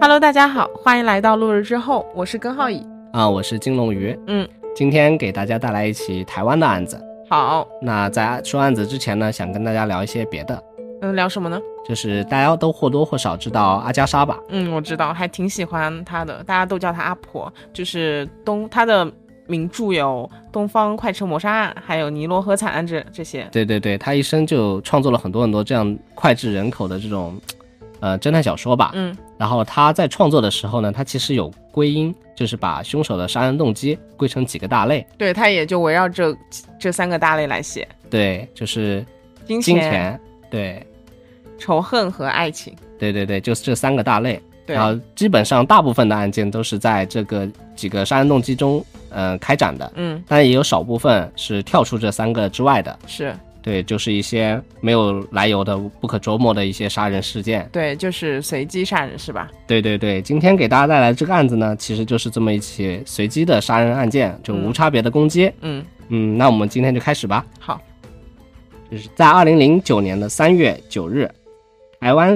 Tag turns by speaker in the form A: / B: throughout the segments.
A: Hello，大家好，欢迎来到落日之后，我是根浩乙。
B: 啊，我是金龙鱼。
A: 嗯，
B: 今天给大家带来一起台湾的案子。
A: 好，
B: 那在说案子之前呢，想跟大家聊一些别的，
A: 嗯，聊什么呢？
B: 就是大家都或多或少知道阿加莎吧？
A: 嗯，我知道，还挺喜欢她的，大家都叫她阿婆。就是东她的名著有《东方快车谋杀案》，还有《尼罗河惨案》这这些。
B: 对对对，她一生就创作了很多很多这样脍炙人口的这种，呃，侦探小说吧。
A: 嗯
B: 然后她在创作的时候呢，她其实有归因，就是把凶手的杀人动机归成几个大类。
A: 对，她也就围绕这这三个大类来写：
B: 对，就是
A: 金
B: 金钱，对
A: 仇恨和爱情。
B: 对对对，就是这三个大类。
A: 对，
B: 然后基本上大部分的案件都是在这个几个杀人动机中，呃，开展的，
A: 嗯，
B: 但也有少部分是跳出这三个之外的。
A: 是
B: 对，就是一些没有来由的、不可琢磨的一些杀人事件。
A: 对，就是随机杀人是吧？
B: 对对对，今天给大家带来这个案子呢，其实就是这么一起随机的杀人案件，就无差别的攻击。
A: 嗯，
B: 嗯，那我们今天就开始吧。
A: 好，
B: 就是在二零零九年的三月九日，台湾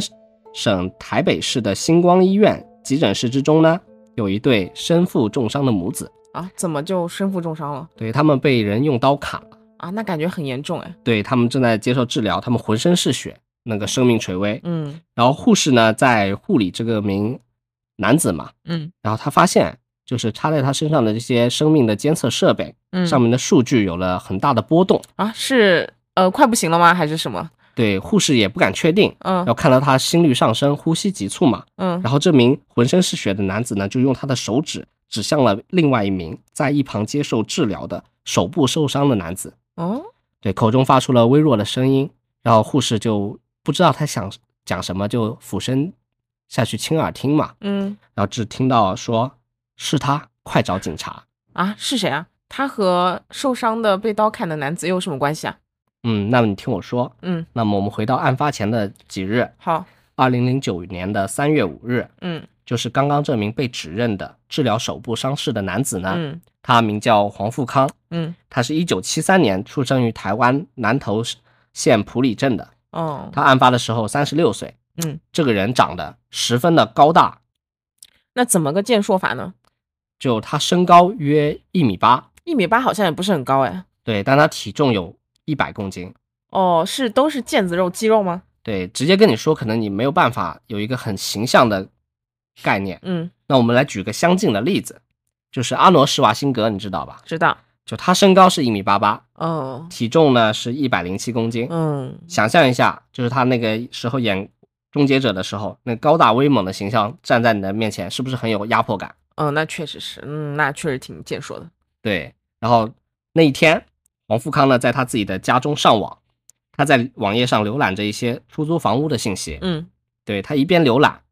B: 省台北市的星光医院急诊室之中呢，有一对身负重伤的母子，
A: 啊，怎么就身负重伤了
B: 对他们被人用刀砍了，
A: 啊？那感觉很严重哎。
B: 对他们正在接受治疗，他们浑身是血，那个生命垂危。
A: 嗯
B: 然后护士呢在护理这个名男子嘛，
A: 嗯
B: 然后他发现就是插在他身上的这些生命的监测设备
A: 嗯，
B: 上面的数据有了很大的波动，
A: 啊，是呃快不行了吗？还是什么？
B: 对护士也不敢确定。
A: 嗯
B: 要看到他心率上升、呼吸急促嘛，
A: 嗯
B: 然后这名浑身是血的男子呢，就用他的手指指向了另外一名在一旁接受治疗的手部受伤的男子，
A: 哦
B: 对，口中发出了微弱的声音，然后护士就不知道他想讲什么，就俯身下去亲耳听嘛，
A: 嗯
B: 然后只听到说是他，快找警察。
A: 啊是谁啊？他和受伤的被刀砍的男子又有什么关系啊？
B: 嗯，那么你听我说，
A: 嗯，
B: 那么我们回到案发前的几日，
A: 好，
B: 二零零九年的三月五日，
A: 嗯
B: 就是刚刚这名被指认的治疗手部伤势的男子呢，
A: 嗯
B: 他名叫黄富康，
A: 嗯
B: 他是一九七三年出生于台湾南投县埔里镇的。
A: 哦，
B: 他案发的时候三十六岁。
A: 嗯，
B: 这个人长得十分的高大，
A: 那怎么个健硕法呢？
B: 就他身高约一米八，
A: 一米八好像也不是很高哎。
B: 对，但他体重有一百公斤。
A: 哦，是都是腱子肉、肌肉吗？
B: 对，直接跟你说，可能你没有办法有一个很形象的概念。
A: 嗯，
B: 那我们来举个相近的例子，就是阿诺·施瓦辛格，你知道吧？
A: 知道。
B: 就他身高是一米八八，
A: 哦，
B: 体重呢是一百零七公斤。
A: 嗯，
B: 想象一下，就是他那个时候演《终结者》的时候，那高大威猛的形象站在你的面前，是不是很有压迫感？
A: 哦，那确实是，嗯，那确实挺健硕的。
B: 对。然后那一天，黄富康呢，在他自己的家中上网，他在网页上浏览着一些出租房屋的信息。
A: 嗯
B: 对他一边浏览，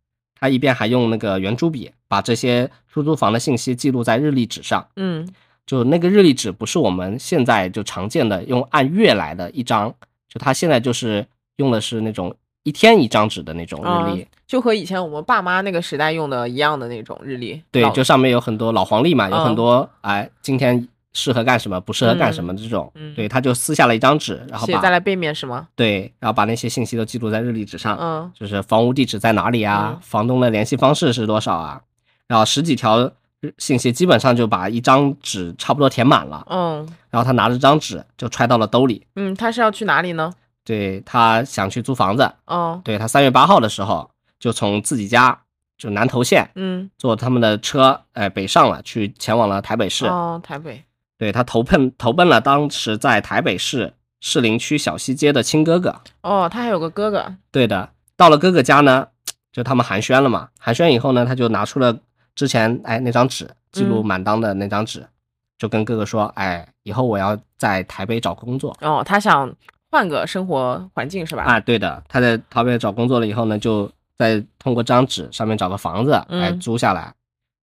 B: 他一边还用那个圆珠笔把这些出租房的信息记录在日历纸上。
A: 嗯
B: 就那个日历纸不是我们现在就常见的用按月来的一张，就它现在就是用的是那种一天一张纸的那种日历。
A: 啊就和以前我们爸妈那个时代用的一样的那种日历。
B: 对，
A: 老
B: 就上面有很多老黄历嘛，有
A: 嗯
B: 很多哎，今天适合干什么，不适合干什么这种。
A: 嗯
B: 对，他就撕下了一张纸，然后
A: 写在
B: 把
A: 了背面是吗？
B: 对，然后把那些信息都记录在日历纸上，
A: 嗯
B: 就是房屋地址在哪里啊
A: 嗯，
B: 房东的联系方式是多少啊，然后十几条信息基本上就把一张纸差不多填满了。
A: 嗯
B: 然后他拿着张纸就揣到了兜里。
A: 嗯，他是要去哪里呢？
B: 对他想去租房子，
A: 哦，
B: 对他三月八号的时候就从自己家就南投县
A: 嗯，
B: 坐他们的车，哎北上了，去前往了台北市。
A: 哦，台北，
B: 对他投奔投奔了当时在台北市士林区小西街的亲哥哥。
A: 哦，他还有个哥哥，
B: 对的，到了哥哥家呢，就他们寒暄了嘛。寒暄以后呢，他就拿出了之前哎那张纸，记录
A: 嗯
B: 满当的那张纸，就跟哥哥说，哎，以后我要在台北找工作。
A: 哦，他想换个生活环境是吧？
B: 啊，对的，他在台北找工作了以后呢，就再通过张纸上面找个房子来
A: 嗯
B: 租下来，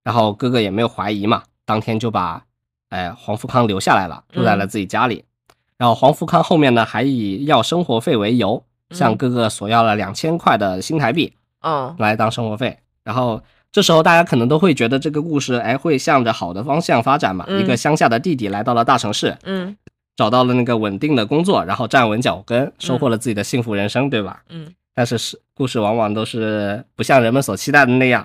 B: 然后哥哥也没有怀疑嘛，当天就把哎黄富康留下来了，住在了
A: 嗯
B: 自己家里。然后黄富康后面呢，还以要生活费为由，向
A: 嗯
B: 哥哥索要了两千块的新台币
A: 嗯
B: 来当生活费。然后这时候大家可能都会觉得这个故事哎会向着好的方向发展嘛，一个
A: 嗯
B: 乡下的弟弟来到了大城市，
A: 嗯
B: 找到了那个稳定的工作，然后站稳脚跟，收获
A: 嗯
B: 了自己的幸福人生，对吧？
A: 嗯，
B: 但是是故事往往都是不像人们所期待的那样，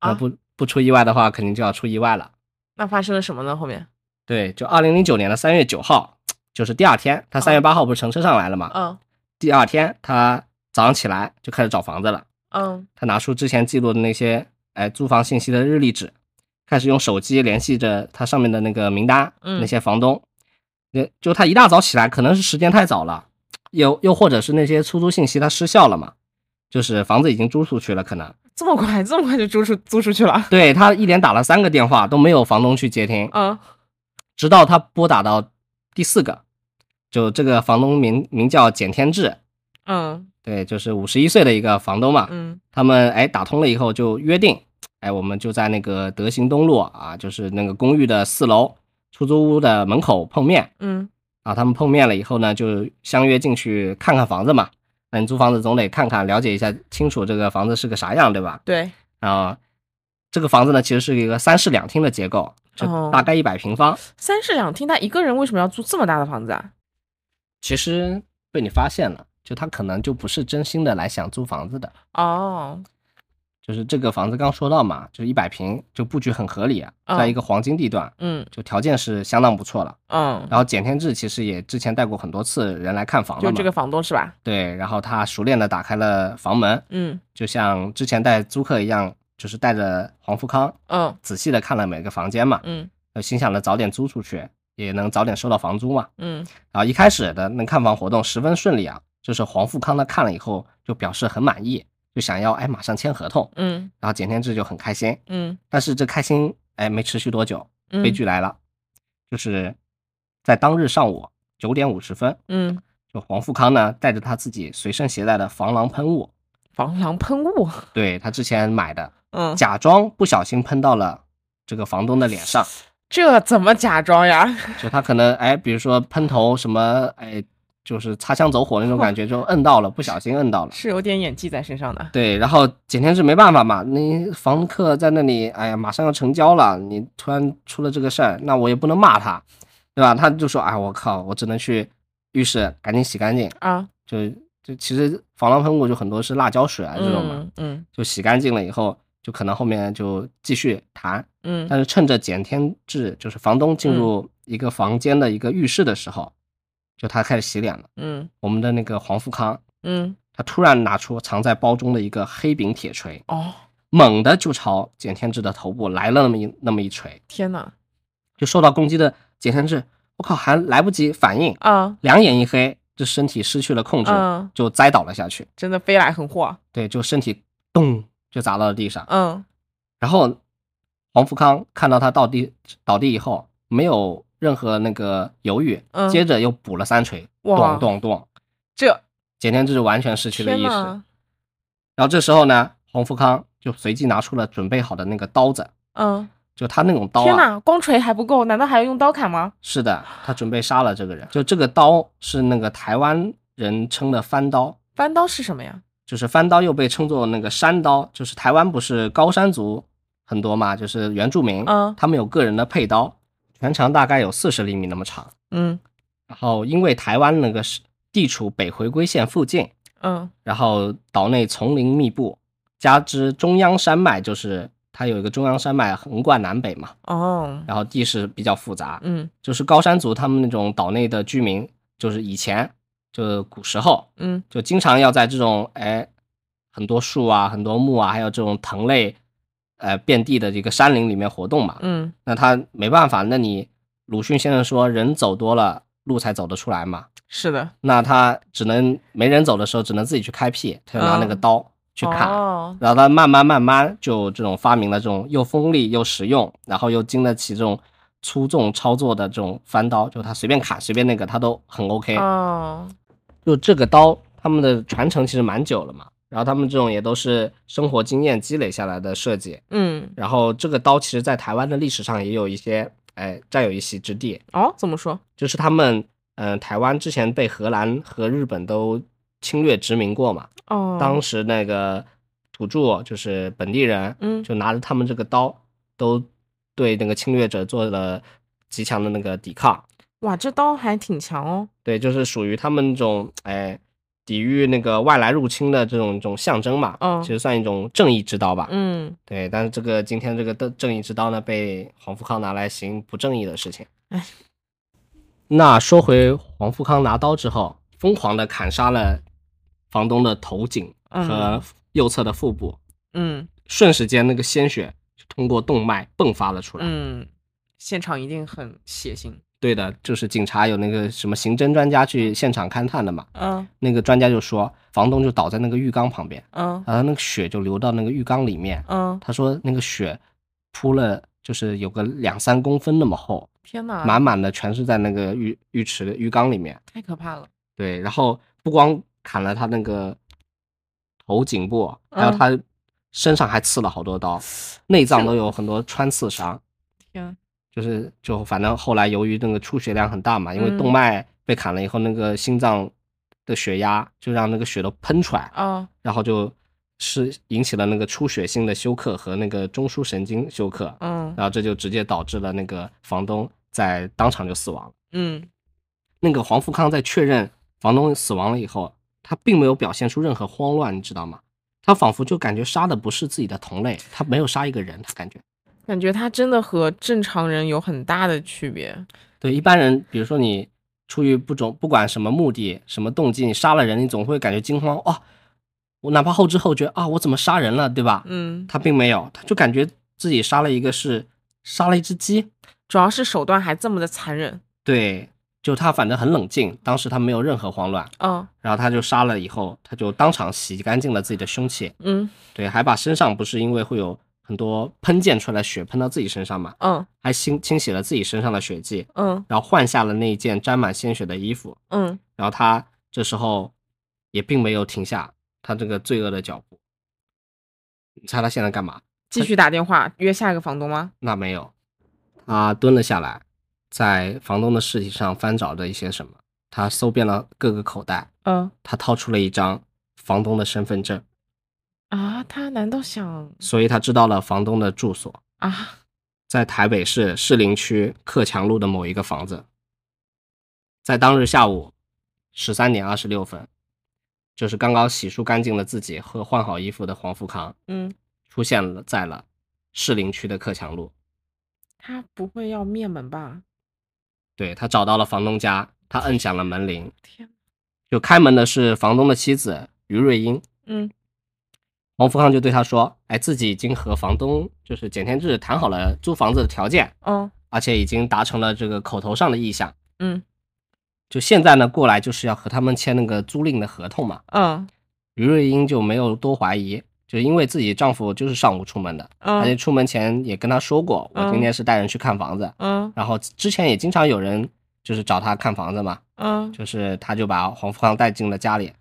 A: 啊
B: 呃，不不出意外的话，肯定就要出意外了。
A: 那发生了什么呢？后面，
B: 对，就二零零九年的三月九号，就是第二天，他三月八号不是乘车上来了嘛？
A: 嗯
B: 第二天他早上起来就开始找房子了。
A: 嗯
B: 他拿出之前记录的那些哎租房信息的日历纸，开始用手机联系着他上面的那个名单，
A: 嗯
B: 那些房东。那就他一大早起来，可能是时间太早了，又又或者是那些出租信息它失效了嘛，就是房子已经租出去了，可能
A: 这么快，这么快就租出租出去了？
B: 对他一连打了三个电话都没有房东去接听，
A: 嗯
B: 直到他拨打到第四个，就这个房东名名叫简天志，
A: 嗯
B: 对，就是五十一岁的一个房东嘛，
A: 嗯
B: 他们哎打通了以后就约定，哎，我们就在那个德行东路啊，就是那个公寓的四楼出租屋的门口碰面
A: 嗯
B: 啊。他们碰面了以后呢，就相约进去看看房子嘛。那你租房子总得看看，了解一下清楚这个房子是个啥样，对吧？
A: 对，
B: 啊，这个房子呢其实是一个三室两厅的结构，
A: 哦
B: 就大概一百平方。
A: 三室两厅，他一个人为什么要租这么大的房子啊？
B: 其实被你发现了，就他可能就不是真心的来想租房子的。
A: 哦，
B: 就是这个房子刚说到嘛，就是一百平，就布局很合理啊，
A: 嗯
B: 在一个黄金地段，
A: 嗯
B: 就条件是相当不错了。
A: 嗯，
B: 然后简天志其实也之前带过很多次人来看房了
A: 就
B: 嘛，
A: 这个房东是吧？
B: 对，然后他熟练的打开了房门，
A: 嗯
B: 就像之前带租客一样，就是带着黄富康
A: 嗯
B: 仔细的看了每个房间嘛，
A: 嗯
B: 呃心想着早点租出去，也能早点收到房租嘛。
A: 嗯
B: 然后一开始的那看房活动十分顺利啊，就是黄富康呢看了以后就表示很满意，就想要哎马上签合同，
A: 嗯
B: 然后简天志就很开心，
A: 嗯
B: 但是这开心哎没持续多久，
A: 嗯，
B: 悲剧来了，就是在当日上午九点五十分，
A: 嗯，
B: 就黄富康呢带着他自己随身携带的防狼喷雾，
A: 防狼喷雾，
B: 对他之前买的，
A: 嗯，
B: 假装不小心喷到了这个房东的脸上，
A: 这怎么假装呀？
B: 就他可能哎，比如说喷头什么哎，就是擦枪走火那种感觉，就摁到了，不小心摁到了。
A: 是有点演技在身上的。
B: 对，然后简天是没办法嘛，你房客在那里，哎呀，马上要成交了，你突然出了这个事儿，那我也不能骂他，对吧？他就说，哎，我靠，我只能去浴室赶紧洗干净，
A: 啊，
B: 就就其实防狼喷雾就很多是辣椒水啊这种嘛，
A: 嗯嗯
B: 就洗干净了以后，就可能后面就继续谈，
A: 嗯
B: 但是趁着简天志就是房东进入一个房间的一个浴室的时候，就他开始洗脸了，
A: 嗯
B: 我们的那个黄富康。
A: 嗯，
B: 他突然拿出藏在包中的一个黑柄铁锤，
A: 哦，
B: 猛地就朝简天志的头部来了那么一那么一锤，
A: 天哪，
B: 就受到攻击的简天志，我靠，还来不及反应，
A: 啊
B: 两眼一黑，这身体失去了控制，
A: 嗯，
B: 就栽倒了下去。
A: 真的飞来横祸，
B: 对，就身体咚就砸到了地上。
A: 嗯
B: 然后黄福康看到他倒地倒地以后，没有任何那个犹豫，
A: 嗯
B: 接着又补了三锤，
A: 哇
B: 咚咚咚，
A: 这
B: 简天志完全失去了
A: 天
B: 意识。
A: 哪，
B: 然后这时候呢，黄福康就随即拿出了准备好的那个刀子，
A: 嗯，
B: 就他那种刀
A: 天
B: 啊。
A: 哪，光锤还不够，难道还要用刀砍吗？
B: 是的，他准备杀了这个人。就这个刀是那个台湾人称的翻刀，
A: 翻刀是什么呀？
B: 就是翻刀又被称作那个山刀，就是台湾不是高山族很多嘛，就是原住民，
A: 嗯
B: 他们有个人的配刀，全长大概有四十厘米那么长。
A: 嗯
B: 然后因为台湾那个是地处北回归线附近，
A: 嗯
B: 然后岛内丛林密布，加之中央山脉就是。它有一个中央山脉横贯南北嘛，
A: 哦
B: 然后地势比较复杂，
A: 嗯
B: 就是高山族他们那种岛内的居民，就是以前就是古时候
A: 嗯
B: 就经常要在这种哎很多树啊、很多木啊，还有这种藤类呃遍地的这个山林里面活动嘛。
A: 嗯，
B: 那他没办法，那你鲁迅先生说人走多了路才走得出来嘛，
A: 是的，
B: 那他只能没人走的时候只能自己去开辟，他就拿那个刀去砍。
A: 嗯哦，
B: 然后他慢慢慢慢就这种发明了这种又锋利又实用，然后又经得起这种粗重操作的这种翻刀，就他随便砍随便那个他都很 OK。
A: 哦，
B: 就这个刀，他们的传承其实蛮久了嘛，然后他们这种也都是生活经验积累下来的设计。
A: 嗯，
B: 然后这个刀其实在台湾的历史上也有一些，哎，占有一席之地，
A: 哦，怎么说？
B: 就是他们，嗯、台湾之前被荷兰和日本都侵略殖民过嘛，
A: 哦，
B: 当时那个土著就是本地人，
A: 嗯
B: 就拿着他们这个刀，都对那个侵略者做了极强的那个抵抗。
A: 哇，这刀还挺强哦，
B: 对，就是属于他们这种哎抵御那个外来入侵的这种一种象征嘛，
A: 嗯
B: 其实算一种正义之刀吧。
A: 嗯，
B: 对，但是这个今天这个正正义之刀呢，被黄富康拿来行不正义的事情
A: 哎。
B: 那说回黄富康拿刀之后，疯狂的砍杀了房东的头颈和
A: 嗯
B: 右侧的腹部，
A: 嗯
B: 瞬时间那个鲜血就通过动脉迸发了出来。
A: 嗯，现场一定很血腥。
B: 对的，就是警察有那个什么刑侦专家去现场勘探的嘛，
A: 嗯
B: 那个专家就说房东就倒在那个浴缸旁边，
A: 嗯
B: 然后那个血就流到那个浴缸里面，
A: 嗯，
B: 他说那个血铺了，就是有个两三公分那么厚，
A: 天哪，
B: 满满的全是在那个浴浴池的浴缸里面。
A: 太可怕了。
B: 对，然后不光砍了他那个头颈部，还有
A: 嗯
B: 他身上还刺了好多刀，内脏都有很多穿刺伤。
A: 天，
B: 就是就反正后来由于那个出血量很大嘛，因为
A: 嗯
B: 动脉被砍了以后，那个心脏的血压就让那个血都喷出来，
A: 哦，
B: 然后就是引起了那个出血性的休克和那个中枢神经休克，
A: 嗯
B: 然后这就直接导致了那个房东在当场就死亡了。
A: 嗯
B: 那个黄富康在确认房东死亡了以后，他并没有表现出任何慌乱，你知道吗？他仿佛就感觉杀的不是自己的同类，他没有杀一个人，他感觉。
A: 感觉他真的和正常人有很大的区别。
B: 对一般人，比如说你出于不种不管什么目的、什么动机，你杀了人，你总会感觉惊慌哦。我哪怕后知后觉啊，我怎么杀人了，对吧？
A: 嗯，
B: 他并没有，他就感觉自己杀了一个是杀了一只鸡，
A: 主要是手段还这么的残忍。
B: 对，就他反正很冷静，当时他没有任何慌乱，
A: 哦，
B: 然后他就杀了以后，他就当场洗干净了自己的凶器，
A: 嗯
B: 对，还把身上不是因为会有很多喷溅出来血喷到自己身上嘛，
A: 嗯
B: 还清清洗了自己身上的血迹，
A: 嗯
B: 然后换下了那一件沾满鲜血的衣服，
A: 嗯
B: 然后他这时候也并没有停下他这个罪恶的脚步。你猜他现在干嘛？
A: 继续打电话约下一个房东吗？
B: 那没有，他蹲了下来，在房东的尸体上翻找着一些什么。他搜遍了各个口袋，
A: 嗯
B: 他掏出了一张房东的身份证，
A: 啊，他难道想
B: 所以他知道了房东的住所，
A: 啊？
B: 在台北市士林区克强路的某一个房子。在当日下午十三点二十六分，就是刚刚洗漱干净了自己和换好衣服的黄富康，
A: 嗯，
B: 出现了在了士林区的克强路。
A: 他不会要灭门吧？
B: 对他找到了房东家，他摁响了门铃，
A: 天，
B: 就开门的是房东的妻子于瑞英。
A: 嗯
B: 黄富康就对他说：“哎，自己已经和房东就是简天志谈好了租房子的条件，
A: 哦
B: 而且已经达成了这个口头上的意向。
A: 嗯
B: 就现在呢，过来就是要和他们签那个租赁的合同嘛。
A: 嗯
B: 于瑞英就没有多怀疑，就因为自己丈夫就是上午出门的，而且
A: 嗯
B: 出门前也跟他说过，我今天是带人去看房子，
A: 嗯
B: 然后之前也经常有人就是找他看房子嘛，
A: 嗯，
B: 就是他就把黄富康带进了家里，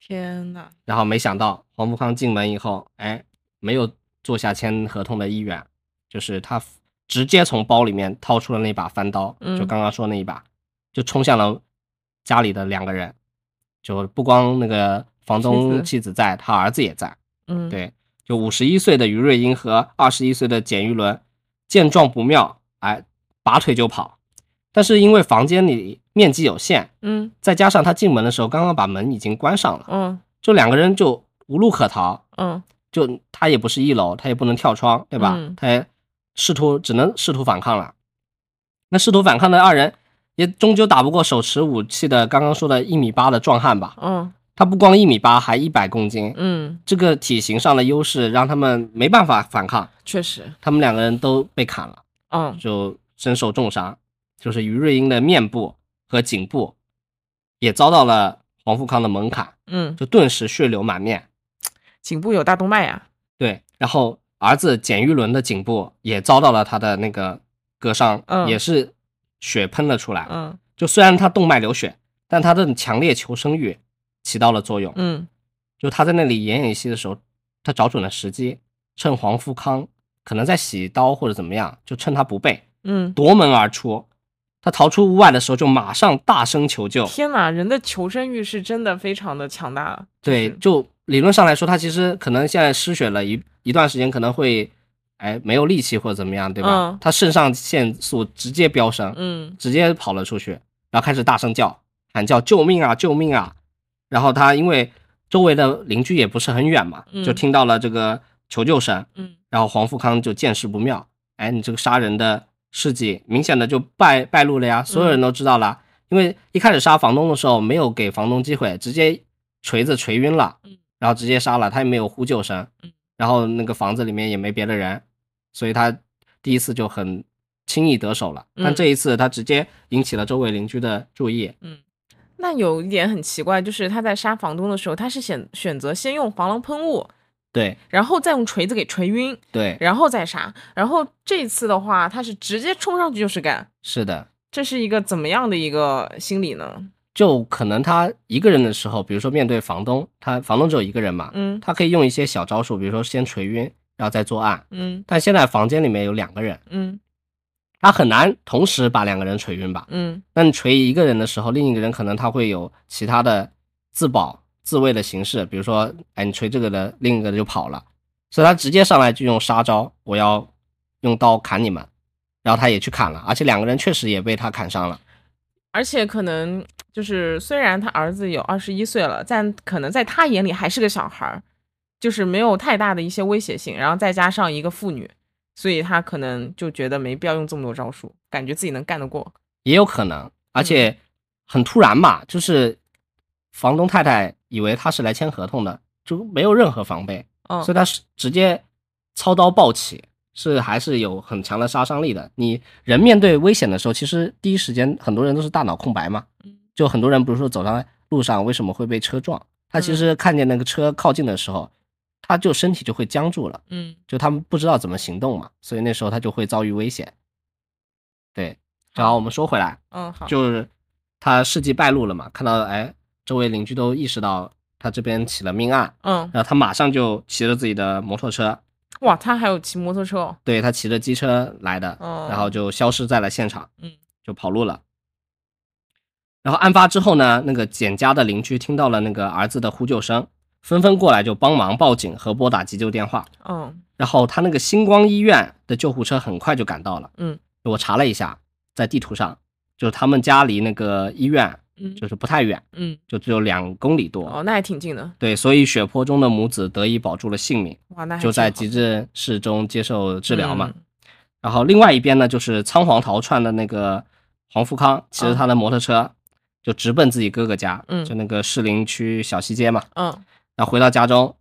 A: 天哪！
B: 然后没想到黄富康进门以后，哎，没有坐下签合同的意愿，就是他 f- 直接从包里面掏出了那把翻刀，
A: 嗯
B: 就刚刚说那一把，就冲向了家里的两个人，就不光那个房
A: 妻
B: 东
A: 子
B: 妻子在，他儿子也在，
A: 嗯，
B: 对，就五十一岁的于瑞英和二十一岁的简玉伦见状不妙，哎，拔腿就跑，但是因为房间里面积有限，
A: 嗯
B: 再加上他进门的时候刚刚把门已经关上了。
A: 嗯
B: 就两个人就无路可逃，
A: 嗯
B: 就他也不是一楼，他也不能跳窗，对吧？
A: 嗯
B: 他也试图只能试图反抗了。那试图反抗的二人也终究打不过手持武器的刚刚说的一米八的壮汉吧？
A: 嗯
B: 他不光一米八，还一百公斤，
A: 嗯，
B: 这个体型上的优势让他们没办法反抗，
A: 确实，
B: 他们两个人都被砍了，
A: 嗯
B: 就身受重伤，就是于瑞英的面部和颈部也遭到了黄富康的猛砍，
A: 嗯，
B: 就顿时血流满面。
A: 颈部有大动脉呀。
B: 对，然后儿子简玉伦的颈部也遭到了他的那个割伤，
A: 嗯
B: 也是血喷了出来。
A: 嗯
B: 就虽然他动脉流血，但他的强烈求生欲起到了作用。
A: 嗯
B: 就他在那里演演戏的时候，他找准了时机，趁黄富康可能在洗刀或者怎么样，就趁他不备，
A: 嗯，
B: 夺门而出。他逃出屋外的时候，就马上大声求救。
A: 天哪，人的求生欲是真的非常的强大了。
B: 对，就理论上来说，他其实可能现在失血了一一段时间，可能会哎没有力气或者怎么样，对吧？
A: 嗯
B: 他肾上腺素直接飙升，
A: 嗯
B: 直接跑了出去，然后开始大声叫喊叫救命啊救命啊！然后他因为周围的邻居也不是很远嘛，
A: 嗯
B: 就听到了这个求救声，
A: 嗯
B: 然后黄富康就见势不妙，哎，你这个杀人的事迹明显的就败败露了呀，所有
A: 嗯
B: 人都知道了。因为一开始杀房东的时候没有给房东机会，直接锤子锤晕了
A: 嗯，
B: 然后直接杀了，他也没有呼救声
A: 嗯，
B: 然后那个房子里面也没别的人，所以他第一次就很轻易得手了。
A: 嗯
B: 但这一次他直接引起了周围邻居的注意，
A: 那有一点很奇怪，就是他在杀房东的时候，他是选选择先用防狼喷雾，
B: 对
A: 然后再用锤子给锤晕，
B: 对，
A: 然后再杀。然后这次的话，他是直接冲上去就是干，
B: 是的。
A: 这是一个怎么样的一个心理呢？
B: 就可能他一个人的时候，比如说面对房东，他房东只有一个人嘛，
A: 嗯
B: 他可以用一些小招数，比如说先锤晕，然后再作案。
A: 嗯
B: 但现在房间里面有两个人，
A: 嗯
B: 他很难同时把两个人锤晕吧？
A: 嗯
B: 那你锤一个人的时候，另一个人可能他会有其他的自保自卫的形式，比如说，哎，你锤这个人，另一个就跑了，所以他直接上来就用杀招，我要用刀砍你们，然后他也去砍了，而且两个人确实也被他砍伤了。
A: 而且可能就是，虽然他儿子有二十一岁了，但可能在他眼里还是个小孩儿，就是没有太大的一些威胁性。然后再加上一个妇女，所以他可能就觉得没必要用这么多招数，感觉自己能干得过。
B: 也有可能，而且很突然嘛，就是房东太太以为他是来签合同的，就没有任何防备，
A: 嗯
B: 所以他是直接操刀暴起，是还是有很强的杀伤力的。你人面对危险的时候，其实第一时间很多人都是大脑空白嘛，就很多人比如说走上路上为什么会被车撞，他其实看见那个车靠近的时候，他就身体就会僵住了。
A: 嗯，
B: 就他们不知道怎么行动嘛，所以那时候他就会遭遇危险。对，然后我们说回来，
A: 嗯，好，
B: 就是他事迹败露了嘛，看到哎，周围邻居都意识到他这边起了命案，
A: 嗯，
B: 然后他马上就骑着自己的摩托车，
A: 哇，他还有骑摩托车哦，
B: 对他骑着机车来的，
A: 哦
B: 然后就消失在了现场，
A: 嗯，
B: 就跑路了。然后案发之后呢，那个简家的邻居听到了那个儿子的呼救声，纷纷过来就帮忙报警和拨打急救电话。
A: 嗯
B: 然后他那个星光医院的救护车很快就赶到了。
A: 嗯，
B: 我查了一下，在地图上，就是他们家离那个医院
A: 嗯
B: 就是不太远，
A: 嗯，
B: 就只有两公里多。
A: 哦，那还挺近的，
B: 对，所以血泊中的母子得以保住了性命，
A: 哇，那还
B: 就在
A: 挺
B: 急
A: 好
B: 诊室中接受治疗嘛。
A: 嗯
B: 然后另外一边呢，就是仓皇逃窜的那个黄富康，骑着他的摩托车就直奔自己哥哥家，
A: 嗯
B: 就那个士林区小西街嘛。
A: 嗯
B: 那回到家中，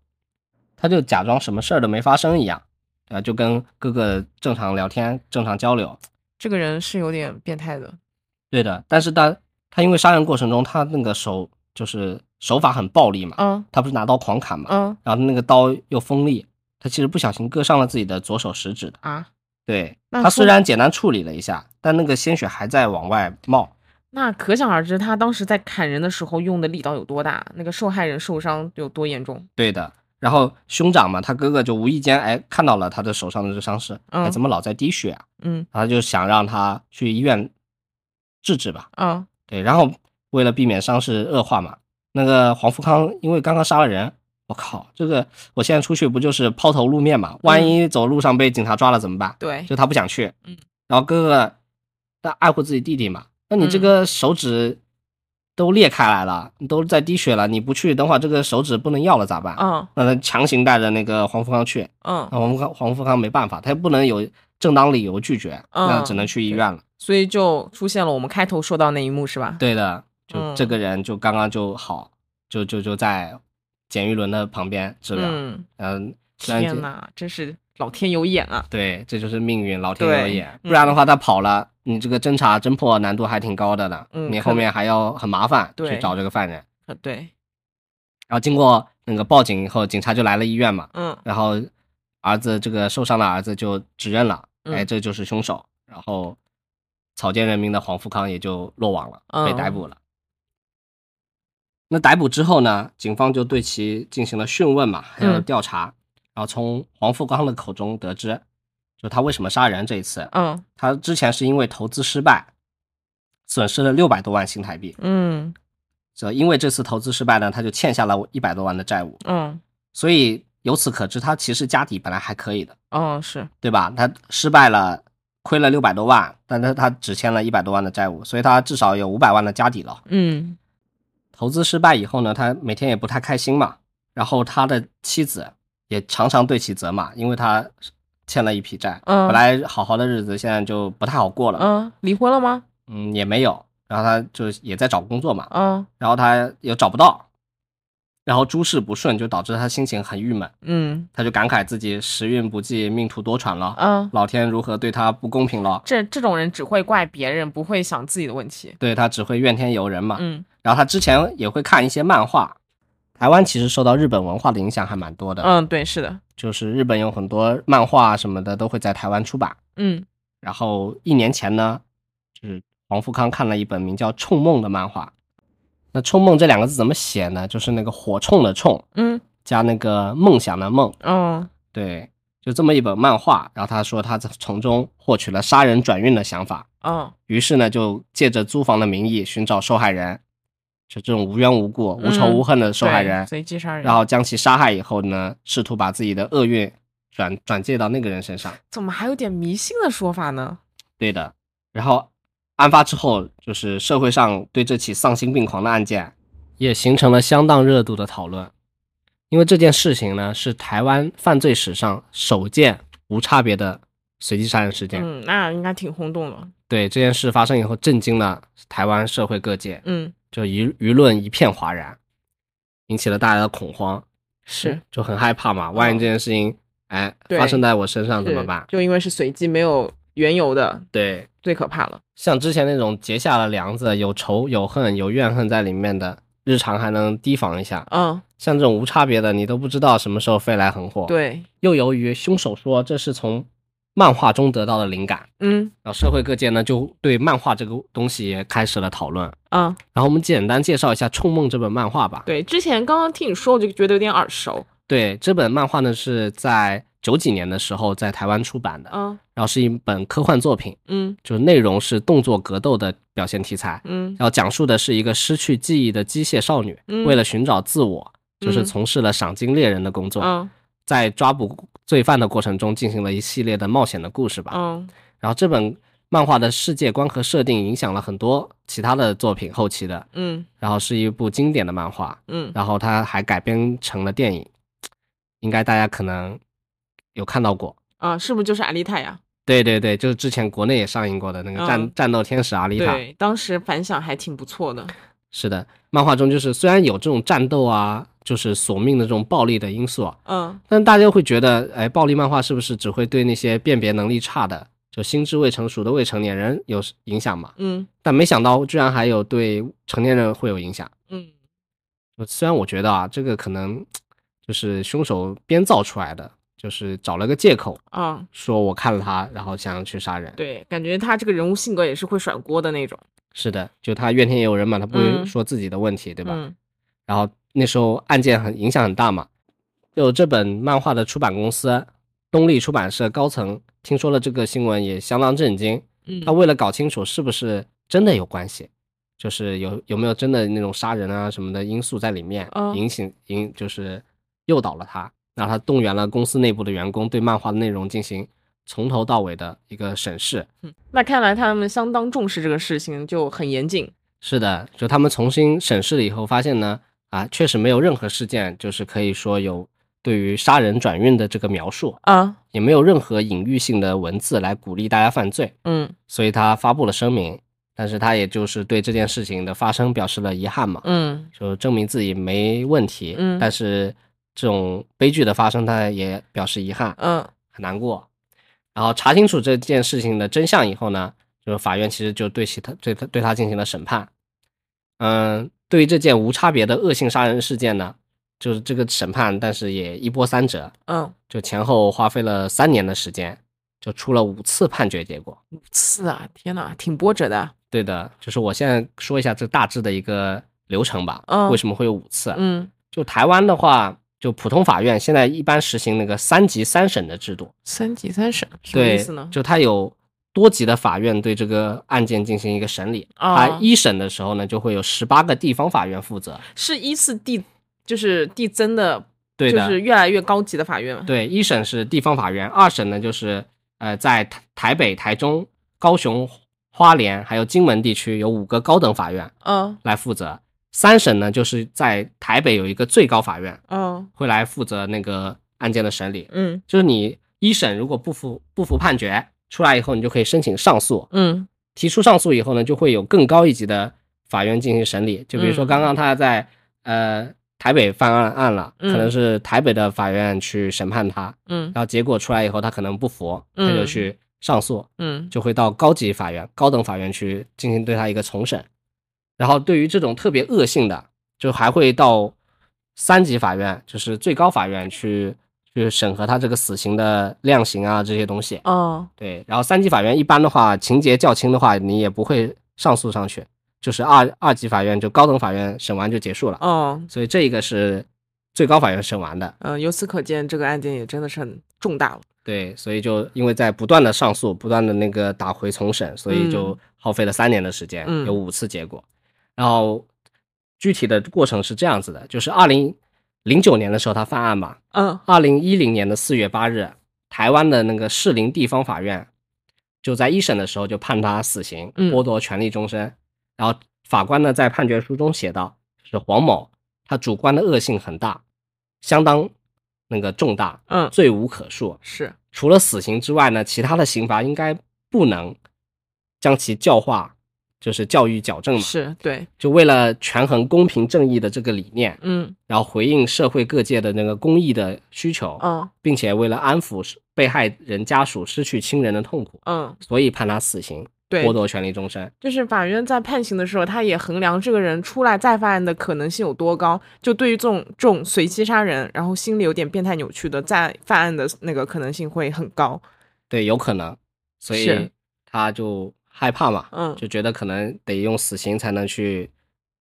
B: 他就假装什么事儿都没发生一样，啊，就跟哥哥正常聊天、正常交流。
A: 这个人是有点变态的，
B: 对的，但是他他因为杀人过程中，他那个手就是手法很暴力嘛，
A: 嗯
B: 他不是拿刀狂砍嘛，
A: 嗯
B: 然后那个刀又锋利，他其实不小心割伤了自己的左手食指的。
A: 啊，
B: 对
A: 那
B: 他
A: 出
B: 虽然简单处理了一下，但那个鲜血还在往外冒。
A: 那可想而知他当时在砍人的时候用的力道有多大，那个受害人受伤有多严重，
B: 对的，然后兄长嘛，他哥哥就无意间哎看到了他的手上的这个伤势，哎
A: 嗯
B: 怎么老在滴血啊？
A: 嗯
B: 他就想让他去医院治治吧。
A: 嗯
B: 对，然后为了避免伤势恶化嘛，那个黄富康因为刚刚杀了人，我靠，这个我现在出去不就是抛头露面嘛？
A: 嗯
B: 万一走路上被警察抓了怎么办？
A: 对，
B: 就他不想去。
A: 嗯。
B: 然后哥哥他爱护自己弟弟嘛，那你这
A: 嗯
B: 个手指都裂开来了，你都在滴血了，你不去，等会儿这个手指不能要了咋办？
A: 嗯
B: 那他强行带着那个黄富康去，
A: 嗯，
B: 那黄富康黄富康没办法，他也不能有正当理由拒绝，
A: 嗯
B: 那只能去医院了。
A: 所以就出现了我们开头说到那一幕是吧？
B: 对的，就
A: 嗯
B: 这个人就刚刚就好，就就就在简玉伦的旁边治疗。
A: 嗯，
B: 嗯，虽然
A: 天
B: 这
A: 哪，真是老天有眼啊，
B: 对，这就是命运，老天有
A: 对
B: 眼。
A: 嗯
B: 不然的话，他跑了，你这个侦查侦破难度还挺高的呢，
A: 嗯
B: 你
A: 可
B: 后面还要很麻烦
A: 对
B: 去找这个犯人。
A: 呃对，
B: 然后经过那个报警以后，警察就来了医院嘛，
A: 嗯
B: 然后儿子这个受伤的儿子就指认了，
A: 嗯
B: 哎，这就是凶手。然后草菅人命的黄富康也就落网了，被
A: 嗯
B: 逮捕了。那逮捕之后呢，警方就对其进行了讯问嘛，还有
A: 嗯
B: 调查，然后从黄富康的口中得知，就他为什么杀人这一次，
A: 嗯
B: 他之前是因为投资失败，损失了六百多万新台币，
A: 嗯
B: 所以因为这次投资失败呢，他就欠下了一百多万的债务，
A: 嗯
B: 所以由此可知，他其实家底本来还可以的。
A: 嗯是，
B: 对吧？他失败了，亏了六百多万，但他他只欠了一百多万的债务，所以他至少有五百万的家底了。
A: 嗯
B: 投资失败以后呢，他每天也不太开心嘛，然后他的妻子也常常对其责骂，因为他欠了一笔债，
A: 嗯
B: 本来好好的日子现在就不太好过了，
A: 嗯，离婚了吗？
B: 嗯，也没有，然后他就也在找工作嘛，
A: 嗯
B: 然后他也找不到，然后诸事不顺，就导致他心情很郁闷，
A: 嗯
B: 他就感慨自己时运不济，命途多舛了，
A: 嗯，
B: 老天如何对他不公平了，
A: 这这种人只会怪别人，不会想自己的问题。
B: 对他只会怨天尤人嘛。
A: 嗯
B: 然后他之前也会看一些漫画，台湾其实受到日本文化的影响还蛮多的，
A: 嗯，对，是的，
B: 就是日本有很多漫画啊什么的都会在台湾出版。
A: 嗯
B: 然后一年前呢，就是黄富康看了一本名叫《冲梦》的漫画。那“冲梦”这两个字怎么写呢？就是那个火铳的“铳
A: 嗯”
B: 加那个梦想的“梦
A: 嗯”，
B: 对，就这么一本漫画。然后他说他从中获取了杀人转运的想法，
A: 嗯
B: 于是呢，就借着租房的名义寻找受害人，就这种无缘无故、无仇无恨的受害人，
A: 嗯对随机杀人，
B: 然后将其杀害以后呢，试图把自己的厄运转转借到那个人身上。
A: 怎么还有点迷信的说法呢？
B: 对的。然后案发之后，就是社会上对这起丧心病狂的案件也形成了相当热度的讨论，因为这件事情呢是台湾犯罪史上首件无差别的随机杀人事件。
A: 嗯，那应该挺轰动的。
B: 对这件事发生以后，震惊了台湾社会各界，
A: 嗯，
B: 就舆舆论一片哗然，引起了大家的恐慌，
A: 是嗯
B: 就很害怕嘛，万一这件事情。哎，
A: 对
B: 发生在我身上怎么
A: 是
B: 办？
A: 就因为是随机没有缘由的，
B: 对，
A: 最可怕了。
B: 像之前那种结下了梁子，有仇有恨有怨恨在里面的，日常还能提防一下。
A: 嗯，
B: 像这种无差别的，你都不知道什么时候飞来横祸。，
A: 对，
B: 又由于凶手说这是从漫画中得到的灵感，
A: 嗯
B: 然后社会各界呢就对漫画这个东西也开始了讨论。
A: 嗯，
B: 然后我们简单介绍一下《冲梦》这本漫画吧。
A: 对，之前刚刚听你说，我就觉得有点耳熟。
B: 对，这本漫画呢是在九几年的时候在台湾出版的，
A: 嗯
B: 然后是一本科幻作品，
A: 嗯
B: 就是内容是动作格斗的表现题材。
A: 嗯
B: 要讲述的是一个失去记忆的机械少女，
A: 嗯
B: 为了寻找自我，就是
A: 嗯
B: 从事了赏金猎人的工作，
A: 嗯
B: 在抓捕罪犯的过程中进行了一系列的冒险的故事吧。
A: 嗯
B: 然后这本漫画的世界观和设定影响了很多其他的作品后期的，
A: 嗯
B: 然后是一部经典的漫画，
A: 嗯，
B: 然后它还改编成了电影，应该大家可能有看到过。
A: 啊，是不是就是阿丽塔啊呀？
B: 对对对，就是之前国内也上映过的那个战、
A: 嗯
B: 战斗天使阿丽塔，
A: 对，当时反响还挺不错的。
B: 是的，漫画中就是虽然有这种战斗啊，就是索命的这种暴力的因素啊，
A: 嗯
B: 但大家会觉得，哎，暴力漫画是不是只会对那些辨别能力差的，就心智未成熟的未成年人有影响嘛？
A: 嗯
B: 但没想到居然还有对成年人会有影响。
A: 嗯
B: 就虽然我觉得啊，这个可能就是凶手编造出来的，就是找了个借口，
A: 啊，
B: 说我看了他，然后想要去杀人。
A: 对，感觉他这个人物性格也是会甩锅的那种，
B: 是的，就他怨天尤人嘛，他不会
A: 嗯
B: 说自己的问题，对吧？
A: 嗯
B: 然后那时候案件很影响很大嘛，就这本漫画的出版公司东立出版社高层听说了这个新闻，也相当震惊。
A: 嗯
B: 他为了搞清楚是不是真的有关系，就是有有没有真的那种杀人啊什么的因素在里面，
A: 嗯
B: 影响影就是诱导了他，然后他动员了公司内部的员工对漫画的内容进行从头到尾的一个审视。
A: 那看来他们相当重视这个事情，就很严谨。
B: 是的，就他们重新审视了以后，发现呢，啊，确实没有任何事件就是可以说有对于杀人转运的这个描述，
A: 啊，
B: 也没有任何隐喻性的文字来鼓励大家犯罪，
A: 嗯
B: 所以他发布了声明，但是他也就是对这件事情的发生表示了遗憾嘛，
A: 嗯
B: 就证明自己没问题，
A: 嗯
B: 但是这种悲剧的发生，他也表示遗憾，
A: 嗯
B: 很难过。然后查清楚这件事情的真相以后呢，就是法院其实就对其他对他对他进行了审判。嗯，对于这件无差别的恶性杀人事件呢，就是这个审判，但是也一波三折，
A: 嗯，
B: 就前后花费了三年的时间，就出了五次判决结果。
A: 五次啊，天哪，挺波折的。
B: 对的，就是我现在说一下这大致的一个流程吧。
A: 嗯
B: 为什么会有五次？
A: 嗯，
B: 就台湾的话，就普通法院现在一般实行那个三级三审的制度，
A: 三级三审什么
B: 对，
A: 意思呢？
B: 就他有多级的法院对这个案件进行一个审理。
A: 哦
B: 他一审的时候呢，就会有十八个地方法院负责。
A: 是依次递，就是递增的，
B: 对
A: 就
B: 的，
A: 是越来越高级的法院嘛。
B: 对，一审是地方法院，二审呢就是呃，在台台北、台中、高雄、花莲还有金门地区有五个高等法院
A: 嗯
B: 来负责。三审呢，就是在台北有一个最高法院
A: 哦，
B: 会来负责那个案件的审理，
A: 嗯
B: 就是你一审如果不服不服判决出来以后，你就可以申请上诉，
A: 嗯
B: 提出上诉以后呢，就会有更高一级的法院进行审理。就比如说
A: 嗯
B: 刚刚他在、呃台北犯案案了，
A: 嗯
B: 可能是台北的法院去审判他，
A: 嗯
B: 然后结果出来以后他可能不服，他就
A: 嗯
B: 去上诉，
A: 嗯
B: 就会到高级法院、高等法院去进行对他一个重审。然后对于这种特别恶性的，就还会到三级法院，就是最高法院去去审核他这个死刑的量刑啊这些东西。
A: 哦
B: 对，然后三级法院一般的话，情节较轻的话，你也不会上诉上去，就是二二级法院就高等法院审完就结束了。
A: 哦，
B: 所以这一个是最高法院审完的，
A: 嗯、由此可见，这个案件也真的是很重大了。
B: 对，所以就因为在不断的上诉，不断的那个打回重审，所以就
A: 嗯
B: 耗费了三年的时间，
A: 嗯
B: 有五次结果。然后具体的过程是这样子的，就是二零零九年的时候他犯案嘛，
A: 嗯
B: 二零一零年的四月八日，台湾的那个士林地方法院就在一审的时候就判他死刑，
A: 嗯
B: 剥夺权利终身。然后法官呢在判决书中写道，是黄某他主观的恶性很大，相当那个重大，
A: 嗯，
B: 罪无可恕。
A: 是
B: 除了死刑之外呢，其他的刑罚应该不能将其教化，就是教育矫正嘛。
A: 是，对，
B: 就为了权衡公平正义的这个理念，
A: 嗯
B: 然后回应社会各界的那个公益的需求，
A: 嗯
B: 并且为了安抚失被害人家属失去亲人的痛苦，
A: 嗯，
B: 所以判他死刑，
A: 对
B: 剥，夺权利终身。
A: 就是法院在判刑的时候，他也衡量这个人出来再犯案的可能性有多高。就对于这种这种随机杀人，然后心理有点变态扭曲的，再犯案的那个可能性会很高。
B: 对，有可能，所以
A: 是
B: 他就害怕嘛，
A: 嗯
B: 就觉得可能得用死刑才能去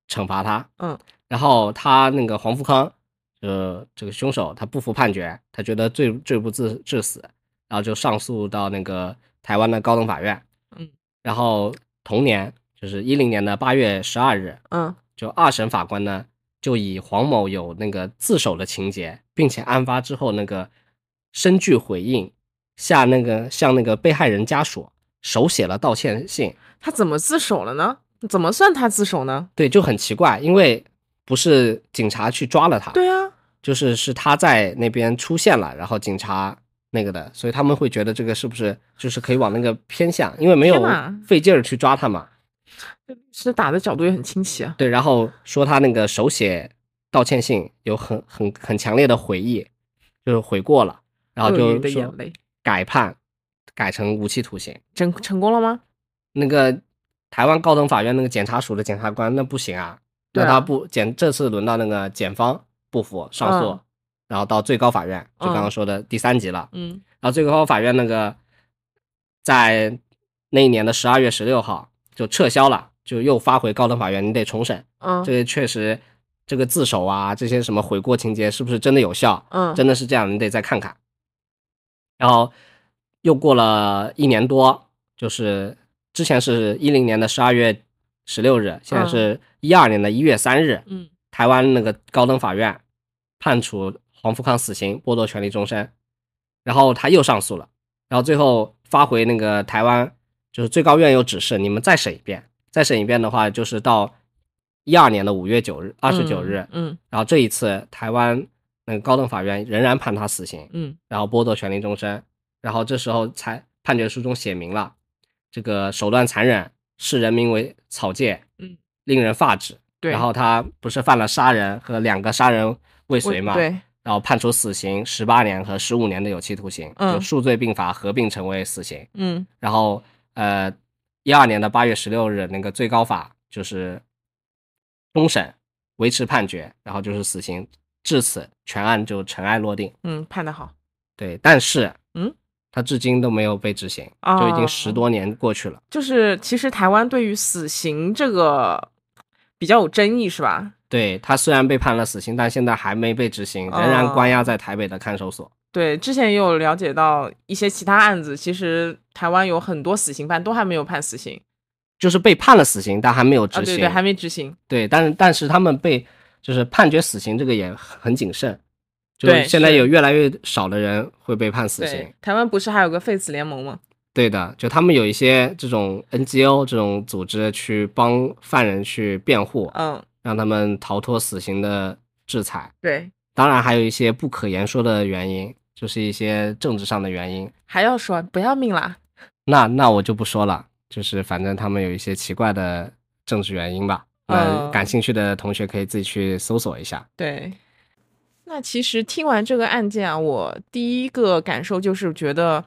B: 惩罚他。
A: 嗯，
B: 然后他那个黄富康，呃，这个凶手他不服判决，他觉得罪罪不至致死，然后就上诉到那个台湾的高等法院。
A: 嗯，
B: 然后同年就是一零年的八月十二日，
A: 嗯
B: 就二审法官呢，就以黄某有那个自首的情节，并且案发之后那个深具回应，下那个向那个被害人家属手写了道歉信。
A: 他怎么自首了呢？怎么算他自首呢？
B: 对，就很奇怪，因为不是警察去抓了他，
A: 对啊，
B: 就是是他在那边出现了，然后警察那个的，所以他们会觉得这个是不是就是可以往那个偏向，因为没有
A: 天哪
B: 费劲儿去抓他嘛。
A: 是打的角度也很清奇啊。
B: 对，然后说他那个手写道歉信有很很很强烈的悔意，就是悔过了，然后
A: 鳄鱼
B: 就
A: 的
B: 说
A: 眼泪，
B: 改判，改成无期徒刑。
A: 成成功了吗？
B: 那个台湾高等法院那个检察署的检察官那不行啊，
A: 对
B: 那他
A: 啊
B: 不检这次轮到那个检方不服上诉，
A: 嗯
B: 然后到最高法院，就刚刚
A: 嗯
B: 说的第三级了，
A: 嗯
B: 然后最高法院那个在那一年的十二月十六号就撤销了，就又发回高等法院，你得重审。
A: 嗯
B: 这个确实，这个自首啊，这些什么悔过情节是不是真的有效？
A: 嗯，
B: 真的是这样，你得再看看。然后又过了一年多，就是之前是一零年的十二月十六日，现在是一二年的一月三日，
A: 嗯
B: 台湾那个高等法院判处黄富康死刑，剥夺权利终身。然后他又上诉了，然后最后发回那个台湾，就是最高院又指示你们再审一遍，再审一遍的话，就是到一二年的五月九日、二十九日，
A: 嗯
B: 然后这一次台湾那个高等法院仍然判他死刑，
A: 嗯
B: 然后剥夺权利终身。然后这时候才判决书中写明了，这个手段残忍，视人民为草芥，
A: 嗯，
B: 令人发指。
A: 对，
B: 然后他不是犯了杀人和两个杀人未
A: 我
B: 遂嘛？。
A: 对，
B: 然后判处死刑十八年和十五年的有期徒刑，
A: 嗯
B: 就数罪并罚合并成为死刑。
A: 嗯
B: 然后呃，一二年的八月十六日，那个最高法就是终审维持判决，然后就是死刑，至此全案就尘埃落定。
A: 嗯，判的好。
B: 对，但是
A: 嗯，
B: 他至今都没有被执行，就已经十
A: 哦
B: 多年过去了。
A: 就是其实台湾对于死刑这个比较有争议，是吧？
B: 对他虽然被判了死刑，但现在还没被执行，仍然关
A: 哦
B: 押在台北的看守所。
A: 对，之前也有了解到一些其他案子，其实台湾有很多死刑犯都还没有判死刑
B: 就是被判了死刑，但还没有
A: 啊，
B: 执
A: 对
B: 行。
A: 对，还没执行。
B: 对，但是但是他们被就是判决死刑这个也很谨慎，就是
A: 对
B: 现在
A: 是
B: 有越来越少的人会被判死刑
A: 对。，台湾不是还有个废死联盟吗？
B: 对的，就他们有一些这种 NGO 这种组织去帮犯人去辩护，
A: 嗯，
B: 让他们逃脱死刑的制裁。
A: 对，
B: 当然还有一些不可言说的原因，就是一些政治上的原因。
A: 还要说不要命啦，
B: 那那我就不说了，就是反正他们有一些奇怪的政治原因吧。呃，
A: 嗯
B: 感兴趣的同学可以自己去搜索一下。
A: 对，那其实听完这个案件啊，我第一个感受就是觉得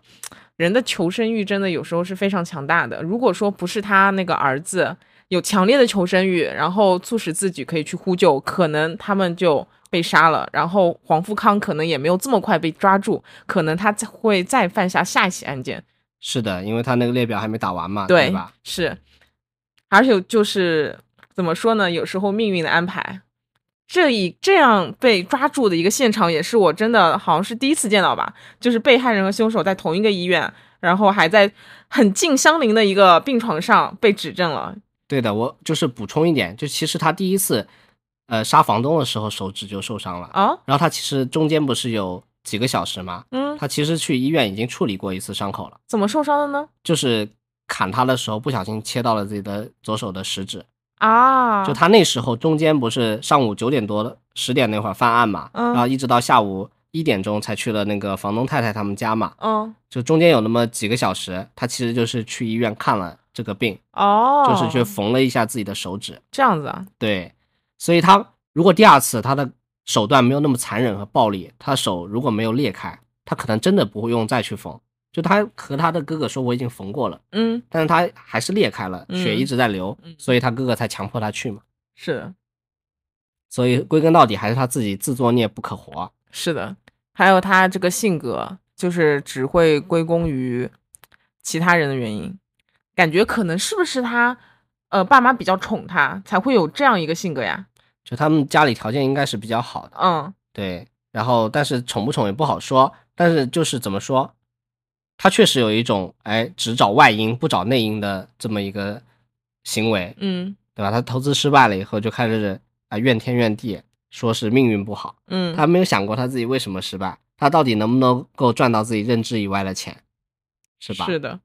A: 人的求生欲真的有时候是非常强大的。如果说不是他那个儿子有强烈的求生欲，然后促使自己可以去呼救，可能他们就被杀了。然后黄富康可能也没有这么快被抓住，可能他再会再犯下下一起案件。
B: 是的，因为他那个列表还没打完嘛，
A: 对，
B: 吧？
A: 是，而且就是怎么说呢？有时候命运的安排，这一这样被抓住的一个现场，也是我真的好像是第一次见到吧，就是被害人和凶手在同一个医院，然后还在很近相邻的一个病床上被指证了。
B: 对的，我就是补充一点，就其实他第一次，呃，杀房东的时候手指就受伤了，
A: 啊，
B: 然后他其实中间不是有几个小时吗？
A: 嗯，
B: 他其实去医院已经处理过一次伤口了，
A: 怎么受伤的呢？
B: 就是砍他的时候不小心切到了自己的左手的食指。
A: 啊，
B: 就他那时候中间不是上午九点多十点那会儿犯案嘛，
A: 嗯
B: 然后一直到下午一点钟才去了那个房东太太他们家嘛，
A: 嗯，
B: 就中间有那么几个小时，他其实就是去医院看了这个病，
A: 哦，
B: 就是去缝了一下自己的手指。
A: 这样子啊，
B: 对，所以他如果第二次他的手段没有那么残忍和暴力，他手如果没有裂开，他可能真的不会用再去缝。就他和他的哥哥说我已经缝过了，
A: 嗯，
B: 但是他还是裂开了，血一
A: 嗯
B: 直在流，
A: 嗯
B: 所以他哥哥才强迫他去嘛。
A: 是的，
B: 所以归根到底还是他自己自作孽不可活。
A: 是的，还有他这个性格，就是只会归功于其他人的原因，感觉可能是不是他，呃，爸妈比较宠他，才会有这样一个性格呀？
B: 就他们家里条件应该是比较好的，
A: 嗯
B: 对。然后，但是宠不宠也不好说。但是就是怎么说，他确实有一种哎只找外因不找内因的这么一个行为，
A: 嗯
B: 对吧？他投资失败了以后就开始啊怨天怨地，说是命运不好。
A: 嗯，
B: 他没有想过他自己为什么失败，他到底能不能够赚到自己认知以外的钱，是吧？
A: 是的，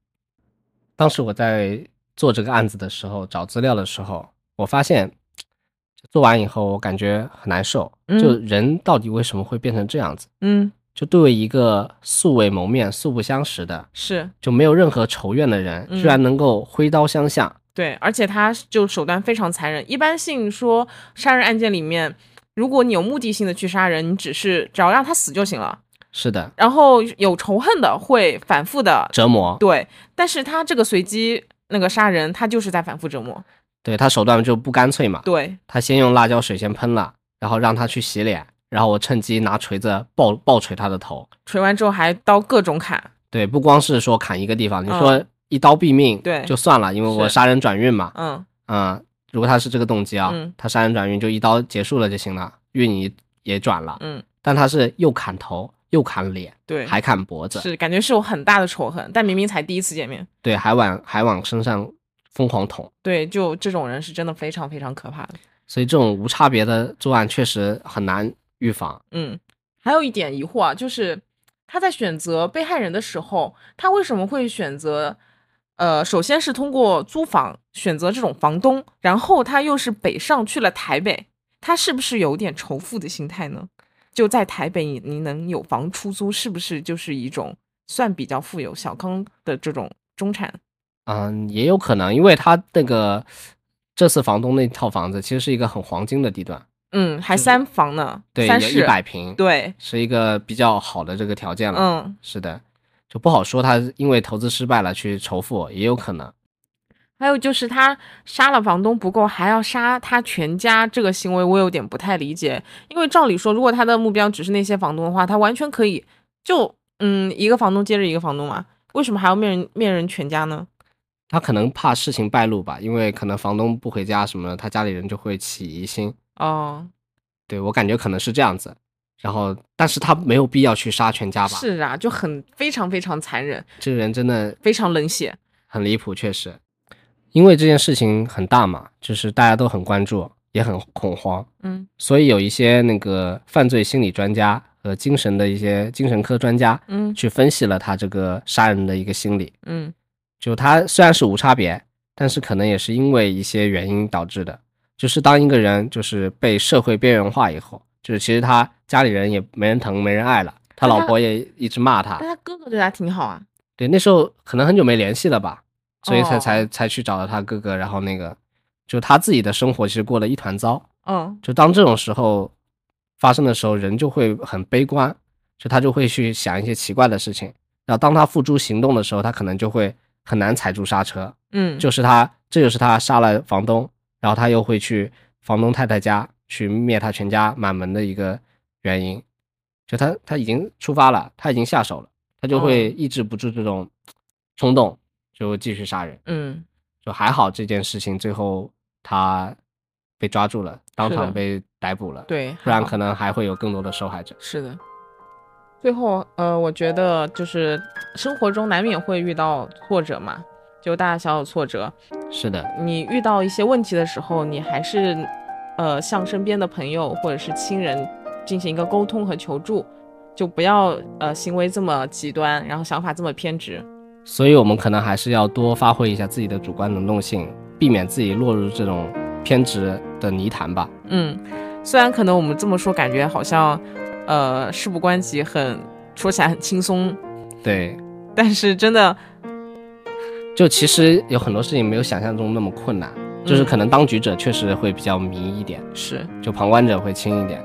B: 当时我在做这个案子的时候，找资料的时候，我发现做完以后，我感觉很难受。
A: 嗯
B: 就人到底为什么会变成这样子？
A: 嗯
B: 就对一个素未谋面、素不相识的，
A: 是
B: 就没有任何仇怨的人，
A: 嗯
B: 居然能够挥刀相向。
A: 对，而且他就手段非常残忍。一般性说杀人案件里面，如果你有目的性的去杀人，你只是只要让他死就行了。
B: 是的，
A: 然后有仇恨的会反复的
B: 折磨，
A: 对，但是他这个随机那个杀人，他就是在反复折磨。
B: 对他手段就不干脆嘛。
A: 对，
B: 他先用辣椒水先喷了，然后让他去洗脸，然后我趁机拿锤子暴暴锤他的头。
A: 锤完之后还刀各种砍。
B: 对，不光是说砍一个地方，你
A: 嗯
B: 说一刀毙命，
A: 对
B: 就算了，因为我
A: 是
B: 杀人转运嘛，
A: 嗯
B: 嗯，如果他是这个动机啊，
A: 嗯
B: 他杀人转运就一刀结束了就行了，运你也转了，
A: 嗯，
B: 但他是又砍头又砍脸，
A: 对，
B: 还砍脖子，
A: 是感觉是有很大的仇恨，但明明才第一次见面。
B: 对，还往还往身上疯狂捅，
A: 对，就这种人是真的非常非常可怕的。
B: 所以这种无差别的作案确实很难预防。
A: 嗯，还有一点疑惑啊，就是他在选择被害人的时候，他为什么会选择？呃，首先是通过租房选择这种房东，然后他又是北上去了台北，他是不是有点仇富的心态呢？就在台北你，你能有房出租，是不是就是一种算比较富有小康的这种中产？
B: 嗯，也有可能，因为他那个这次房东那套房子其实是一个很黄金的地段，
A: 嗯，还
B: 就是
A: 三房呢，
B: 对，
A: 三
B: 也一
A: 室，
B: 百平，
A: 对，
B: 是一个比较好的这个条件了。
A: 嗯，
B: 是的，就不好说他因为投资失败了去仇富，也有可能。
A: 还有就是他杀了房东不够，还要杀他全家，这个行为我有点不太理解。因为照理说，如果他的目标只是那些房东的话，他完全可以就嗯一个房东接着一个房东嘛，为什么还要灭人灭人全家呢？
B: 他可能怕事情败露吧，因为可能房东不回家什么的，他家里人就会起疑心。
A: 哦，
B: 对我感觉可能是这样子。然后，但是他没有必要去杀全家吧？，
A: 是啊，就很非常非常残忍，
B: 这个人真的
A: 非常冷血。
B: 很离谱，确实。因为这件事情很大嘛，就是大家都很关注，也很恐慌，
A: 嗯
B: 所以有一些那个犯罪心理专家和精神的一些精神科专家
A: 嗯
B: 去分析了他这个杀人的一个心理。
A: 嗯
B: 就他虽然是无差别，但是可能也是因为一些原因导致的。就是当一个人就是被社会边缘化以后，就是其实他家里人也没人疼，没人爱了，他
A: 那
B: 老
A: 他
B: 婆也一直骂他
A: 但。他哥哥对他挺好啊，
B: 对，那时候可能很久没联系了吧，所以才
A: 哦
B: 才才去找了他哥哥，然后那个就他自己的生活其实过得一团糟。
A: 嗯，
B: 就当这种时候发生的时候，人就会很悲观，就他就会去想一些奇怪的事情。然后当他付诸行动的时候，他可能就会很难踩住刹车。
A: 嗯，
B: 就是他，这就是他杀了房东，然后他又会去房东太太家去灭他全家满门的一个原因。就他他已经出发了，他已经下手了，他就
A: 哦
B: 会抑制不住这种冲动，就继续杀人。
A: 嗯，
B: 就还好这件事情最后他被抓住了，当
A: 是的
B: 场被逮捕了，
A: 对，
B: 不然
A: 好
B: 可能还会有更多的受害者。
A: 是的。最后，呃，我觉得就是生活中难免会遇到挫折嘛，就大大小小挫折。
B: 是的，
A: 你遇到一些问题的时候，你还是，呃，向身边的朋友或者是亲人进行一个沟通和求助，就不要呃行为这么极端，然后想法这么偏执。
B: 所以我们可能还是要多发挥一下自己的主观能动性，避免自己落入这种偏执的泥潭吧。
A: 嗯，虽然可能我们这么说，感觉好像，呃，事不关己很，说起来很轻松，
B: 对，
A: 但是真的，
B: 就其实有很多事情没有想象中那么困难，就是可能当局者确实会比较迷一点，
A: 嗯是
B: 就旁观者会轻一点。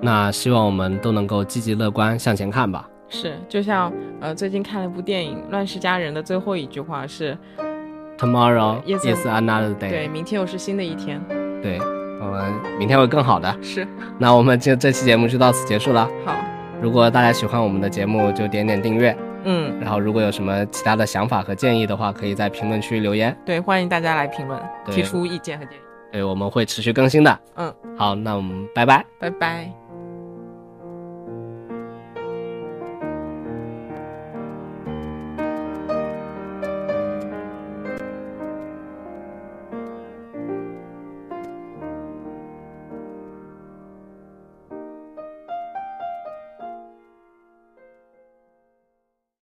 B: 那希望我们都能够积极乐观向前看吧。
A: 是，就像呃，最近看了一部电影《乱世佳人》的最后一句话是
B: Tomorrow
A: Yes,
B: is another
A: 对
B: day。
A: 明天又是新的一天。
B: 对，我们明天会更好的。
A: 是，
B: 那我们就这期节目就到此结束了。
A: 好，
B: 如果大家喜欢我们的节目，就点点订阅。
A: 嗯，
B: 然后如果有什么其他的想法和建议的话，可以在评论区留言，
A: 对，欢迎大家来评论，
B: 对
A: 提出意见和建议。
B: 对，我们会持续更新的。
A: 嗯，
B: 好，那我们拜拜。
A: 拜拜。